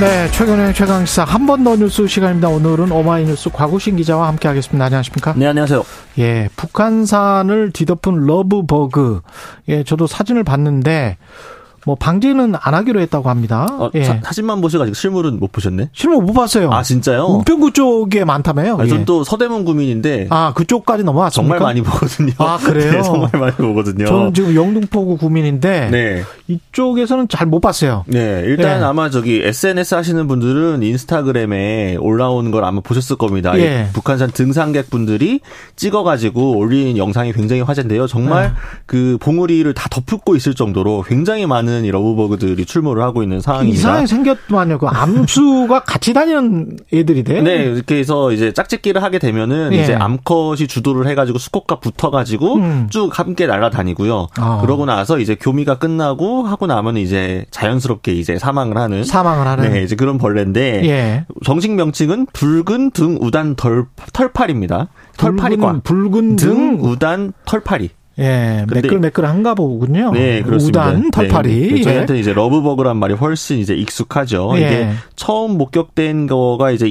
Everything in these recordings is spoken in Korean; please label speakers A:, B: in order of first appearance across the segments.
A: 네, 최근의 최강시사 한 번 더 뉴스 시간입니다. 오늘은 오마이뉴스 과구신 기자와 함께하겠습니다. 안녕하십니까?
B: 네, 안녕하세요.
A: 예, 북한산을 뒤덮은 러브버그. 예, 저도 사진을 봤는데 뭐 방제는 안 하기로 했다고 합니다.
B: 어,
A: 예.
B: 사, 진만 보셔가지고 실물은 못 보셨네.
A: 실물 못 봤어요.
B: 아 진짜요?
A: 은평구 쪽에 많다며요.
B: 아,
A: 예.
B: 전또 서대문 구민인데
A: 아, 그쪽까지 넘어왔습니까?
B: 정말 많이 보거든요.
A: 아, 그래요?
B: 네, 정말 많이 보거든요.
A: 저는 지금 영등포구 구민인데
B: 네,
A: 이쪽에서는 잘 못 봤어요.
B: 네. 일단
A: 네.
B: 아마 저기 SNS 하시는 분들은 인스타그램에 올라온 걸 아마 보셨을 겁니다.
A: 예.
B: 이 북한산 등산객분들이 찍어가지고 올린 영상이 굉장히 화제인데요. 정말
A: 네.
B: 그 봉우리를 다 덮고 있을 정도로 굉장히 많은 이 러브버그들이 출몰을 하고 있는 상황입니다.
A: 이상하게 생겼더만요. 그 암수가 같이 다니는 애들이 돼.
B: 네, 이렇게 해서 이제 짝짓기를 하게 되면은
A: 예.
B: 이제 암컷이 주도를 해가지고 수컷과 붙어가지고
A: 음.
B: 쭉 함께 날아다니고요.
A: 아.
B: 그러고 나서 이제 교미가 끝나고 하고 나면 이제 자연스럽게 이제 사망을 하는.
A: 사망을 하는.
B: 네, 이제 그런 벌레인데.
A: 예.
B: 정식 명칭은 붉은 등 우단 덜, 털파리입니다. 털파리과.
A: 붉은
B: 등
A: 등.
B: 우단 털파리.
A: 예,
B: 근데-
A: 매끌매끌한가 보군요.
B: 네, 그렇습니다.
A: 우단 털파리.
B: 네,
A: 예.
B: 저희한테 이제 러브버그란 말이 훨씬 이제 익숙하죠.
A: 예.
B: 이게 처음 목격된 거가 이제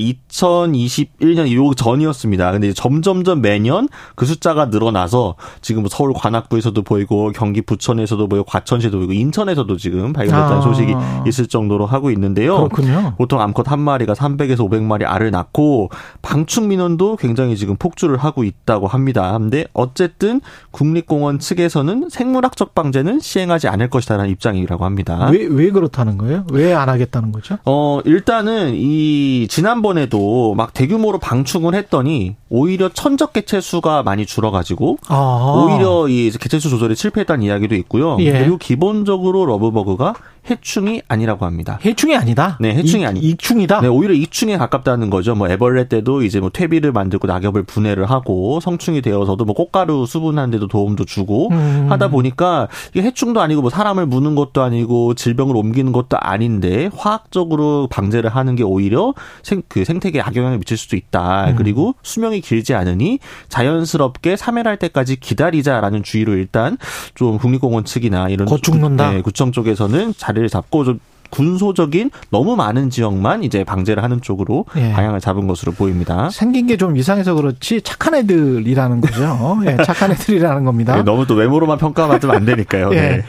B: 2021년 요 전이었습니다. 근데 이제 점점점 매년 그 숫자가 늘어나서 지금 뭐 서울 관악구에서도 보이고 경기 부천에서도 보이고 과천시도 보이고 인천에서도 지금 발견됐다는
A: 아.
B: 소식이 있을 정도로 하고 있는데요.
A: 예, 그렇군요.
B: 보통 암컷 한 마리가 300에서 500마리 알을 낳고 방충 민원도 굉장히 지금 폭주를 하고 있다고 합니다. 근데 어쨌든 국립공원 측에서는 생물학적 방제는 시행하지 않을 것이다라는 입장이라고 합니다.
A: 왜, 왜 그렇다는 거예요? 왜 안 하겠다는 거죠?
B: 어, 일단은 이 지난번에도 막 대규모로 방충을 했더니 오히려 천적 개체 수가 많이 줄어 가지고
A: 아.
B: 오히려 이 개체수 조절에 실패했다는 이야기도 있고요.
A: 예.
B: 그리고 기본적으로 러브버그가 해충이 아니라고 합니다.
A: 해충이 아니다.
B: 네, 해충이 아니-
A: 익충이다.
B: 네, 오히려 익충에 가깝다는 거죠. 뭐 애벌레 때도 이제 뭐 퇴비를 만들고 낙엽을 분해를 하고 성충이 되어서도 뭐 꽃가루 수분하는데도 도움도 주고
A: 음.
B: 하다 보니까 이게 해충도 아니고 뭐 사람을 무는 것도 아니고 질병을 옮기는 것도 아닌데 화학적으로 방제를 하는 게 오히려 생, 그 생태계에 악영향을 미칠 수도
A: 음.
B: 있다. 그리고 수명이 길지 않으니 자연스럽게 사멸할 때까지 기다리자라는 주의로 일단 좀 국립공원 측이나 이런
A: 곧 죽는다?
B: 네, 구청 쪽에서는 자리를 잡고 좀 군소적인 너무 많은 지역만 이제 방제를 하는 쪽으로
A: 예.
B: 방향을 잡은 것으로 보입니다.
A: 생긴 게 좀 이상해서 그렇지 착한 애들이라는 거죠. 예, 착한 애들이라는 겁니다.
B: 네, 너무 또 외모로만 평가받으면 안 되니까요. 네.
A: 예.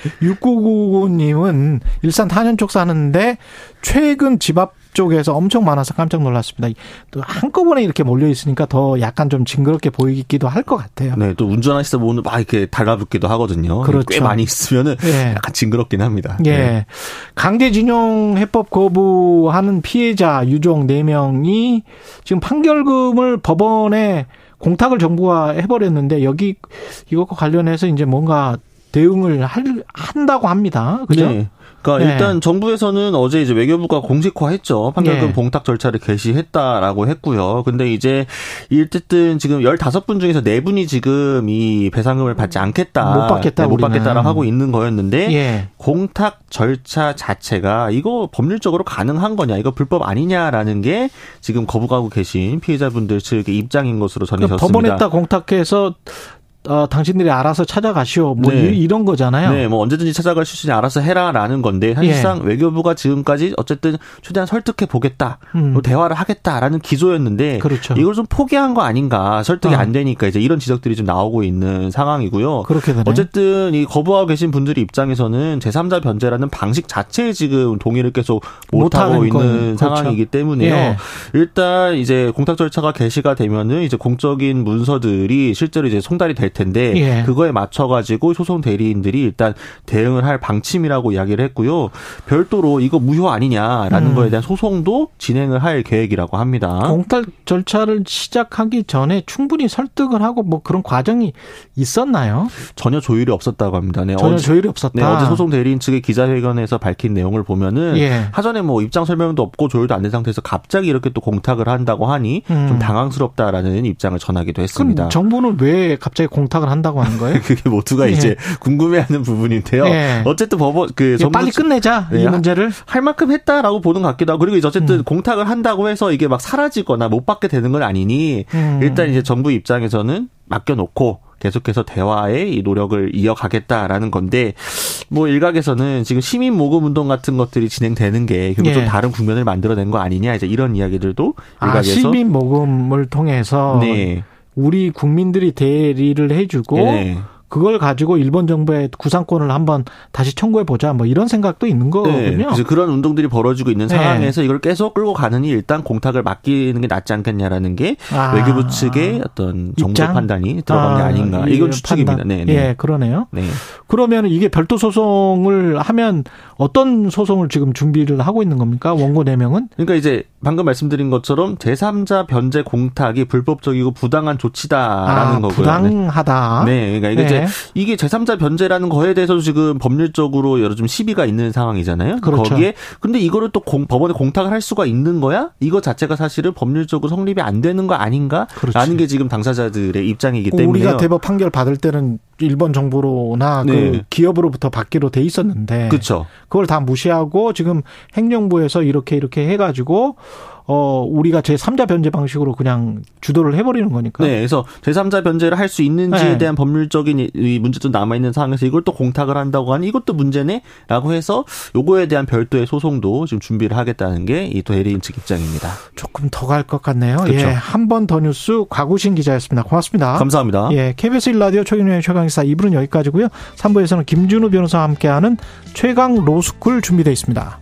A: 6999님은 일산 탄현 쪽 사는데 최근 집 앞 쪽에서 엄청 많아서 깜짝 놀랐습니다. 또 한꺼번에 이렇게 몰려 있으니까 더 약간 좀 징그럽게 보이기도 할 것 같아요.
B: 네, 또 운전하시다 보면 막 이렇게 달라붙기도 하거든요.
A: 그렇죠.
B: 꽤 많이 있으면은
A: 예.
B: 약간 징그럽긴 합니다.
A: 예.
B: 네.
A: 강제징용 해법 거부하는 피해자 유족 4명이 지금 판결금을 법원에 공탁을 정부가 해버렸는데 여기 이것과 관련해서 이제 뭔가 대응을 할, 한다고 합니다. 그죠?
B: 네. 그러니까
A: 네.
B: 일단 정부에서는 어제 이제 외교부가 공식화했죠. 판결금
A: 네.
B: 봉탁 절차를 개시했다라고 했고요. 근데 이제 어쨌든 지금 15분 중에서 4분이 지금 이 배상금을 받지 않겠다.
A: 음, 못 받겠다,
B: 네, 못
A: 우리는.
B: 받겠다라고 하고 있는 거였는데
A: 예.
B: 공탁 절차 자체가 이거 법률적으로 가능한 거냐, 이거 불법 아니냐라는 게 지금 거부하고 계신 피해자분들 측의 입장인 것으로
A: 그러니까
B: 전해졌습니다.
A: 법원에다 공탁해서 어, 당신들이 알아서 찾아가시오. 뭐
B: 네.
A: 이, 런 거잖아요.
B: 네, 뭐 언제든지 찾아갈 수 있으니 알아서 해라라는
A: 예.
B: 건데 사실상 외교부가 지금까지 어쨌든 최대한 설득해 보겠다,
A: 음.
B: 뭐 대화를 하겠다라는 기조였는데
A: 그렇죠.
B: 네. 이걸 좀 포기한 거 아닌가, 설득이
A: 어.
B: 안 되니까 이제 이런 지적들이 좀 나오고 있는 상황이고요.
A: 그렇게 되네.
B: 어쨌든 이 거부하고 계신 분들이 입장에서는 제3자 변제라는 방식 자체에 지금 동의를 계속 못하고
A: 못하는 건, 그렇죠.
B: 있는 상황이기 때문에요.
A: 예.
B: 일단 이제 공탁 절차가 개시가 되면은 이제 공적인 문서들이 실제로 이제 송달이 될 될 텐데
A: 예.
B: 그거에 맞춰 가지고 소송 대리인들이 일단 대응을 할 방침이라고 이야기를 했고요. 별도로 이거 무효 아니냐라는
A: 음. 어?
B: 거에 대한 소송도 진행을 할 계획이라고 합니다.
A: 공탈 절차를 시작하기 전에 충분히 설득을 하고 뭐 그런 과정이 있었나요?
B: 전혀 조율이 없었다고 합니다. 네,
A: 전혀
B: 어제-
A: 조율이 없었다.
B: 네, 어제 소송 대리인 측의 기자회견에서 밝힌 내용을 보면은
A: 예.
B: 하전에 뭐 입장 설명도 없고 조율도 안 된 상태에서 갑자기 이렇게 또 공탁을 한다고 하니
A: 음.
B: 좀 당황스럽다라는 입장을 전하기도 했습니다. 네,
A: 그럼 정부는 왜 갑자기 공탁을 한다고 하는 거예요?
B: 그게 모두가
A: 예.
B: 이제 궁금해하는 부분인데요.
A: 예.
B: 어쨌든 법원 그
A: 예, 빨리
B: 전문-
A: 끝내자
B: 네,
A: 이
B: 하-
A: 문제를.
B: 할 만큼 했다라고 보는 것 같기도 하고 그리고 이제 어쨌든 공탁을 한다고 해서 이게 막 사라지거나 못 받게 되는 건 아니니
A: 음.
B: 일단 이제 정부 입장에서는 맡겨놓고 계속해서 대화의 이 노력을 이어가겠다라는 건데 뭐 일각에서는 지금 시민 모금 운동 같은 것들이 진행되는 게 결국
A: 예.
B: 좀 다른 국면을 만들어낸 거 아니냐 이제 이런 이야기들도
A: 아,
B: 일각에서
A: 시민 모금을 통해서
B: 네.
A: 우리 국민들이 대리를 해주고
B: 네.
A: 그걸 가지고 일본 정부에 구상권을 한번 다시 청구해 보자 뭐 이런 생각도 있는
B: 네.
A: 거군요.
B: 그래서 그런 운동들이 벌어지고 있는
A: 네.
B: 상황에서 이걸 계속 끌고 가느니 일단 공탁을 맡기는 게 낫지 않겠냐라는 게
A: 아.
B: 외교부 측의 어떤 정부
A: 입장?
B: 판단이 들어간 게
A: 아,
B: 아닌가
A: 이
B: 이건 추측입니다.
A: 판단.
B: 네, 네.
A: 예, 그러네요.
B: 네.
A: 그러면 이게 별도 소송을 하면 어떤 소송을 지금 준비를 하고 있는 겁니까? 원고 네 명은?
B: 그러니까 이제 방금 말씀드린 것처럼 제3자 변제 공탁이 불법적이고 부당한 조치다라는
A: 아,
B: 거고요. 네.
A: 부당하다.
B: 네, 그러니까 이게
A: 네.
B: 이제 이게 제3자 변제라는 거에 대해서도 지금 법률적으로 여러 좀 시비가 있는 상황이잖아요.
A: 그렇죠.
B: 거기에 근데 이거를 또 공- 법원에 공탁을 할 수가 있는 거야? 이거 자체가 사실은 법률적으로 성립이 안 되는 거 아닌가?
A: 그렇지.
B: 라는 게 지금 당사자들의 입장이기
A: 그 우리가
B: 때문에요.
A: 대법 판결 받을 때는 일본 정부로나 그
B: 네.
A: 기업으로부터 받기로 돼 있었는데
B: 그렇죠.
A: 그걸 다 무시하고 지금 행정부에서 이렇게 이렇게 해가지고 어 우리가 제 3자 변제 방식으로 그냥 주도를 해버리는 거니까.
B: 네, 그래서 제3자 변제를 할 수 있는지에
A: 그러니까. 네.
B: 대한 법률적인 이- 이 문제도 남아 있는 상황에서 이걸 또 공탁을 한다고 하니 이것도 문제네라고 해서 요거에 대한 별도의 소송도 지금 준비를 하겠다는 게 이 대리인 측 입장입니다.
A: 조금 더 갈 것 같네요.
B: 그렇죠.
A: 예, 한 번 더 뉴스 과구신 기자였습니다. 고맙습니다.
B: 감사합니다.
A: 예, KBS 1라디오 최경영의 최강시사 2부는 여기까지고요. 3부에서는 김준우 변호사와 함께하는 최강 로스쿨 준비되어 있습니다.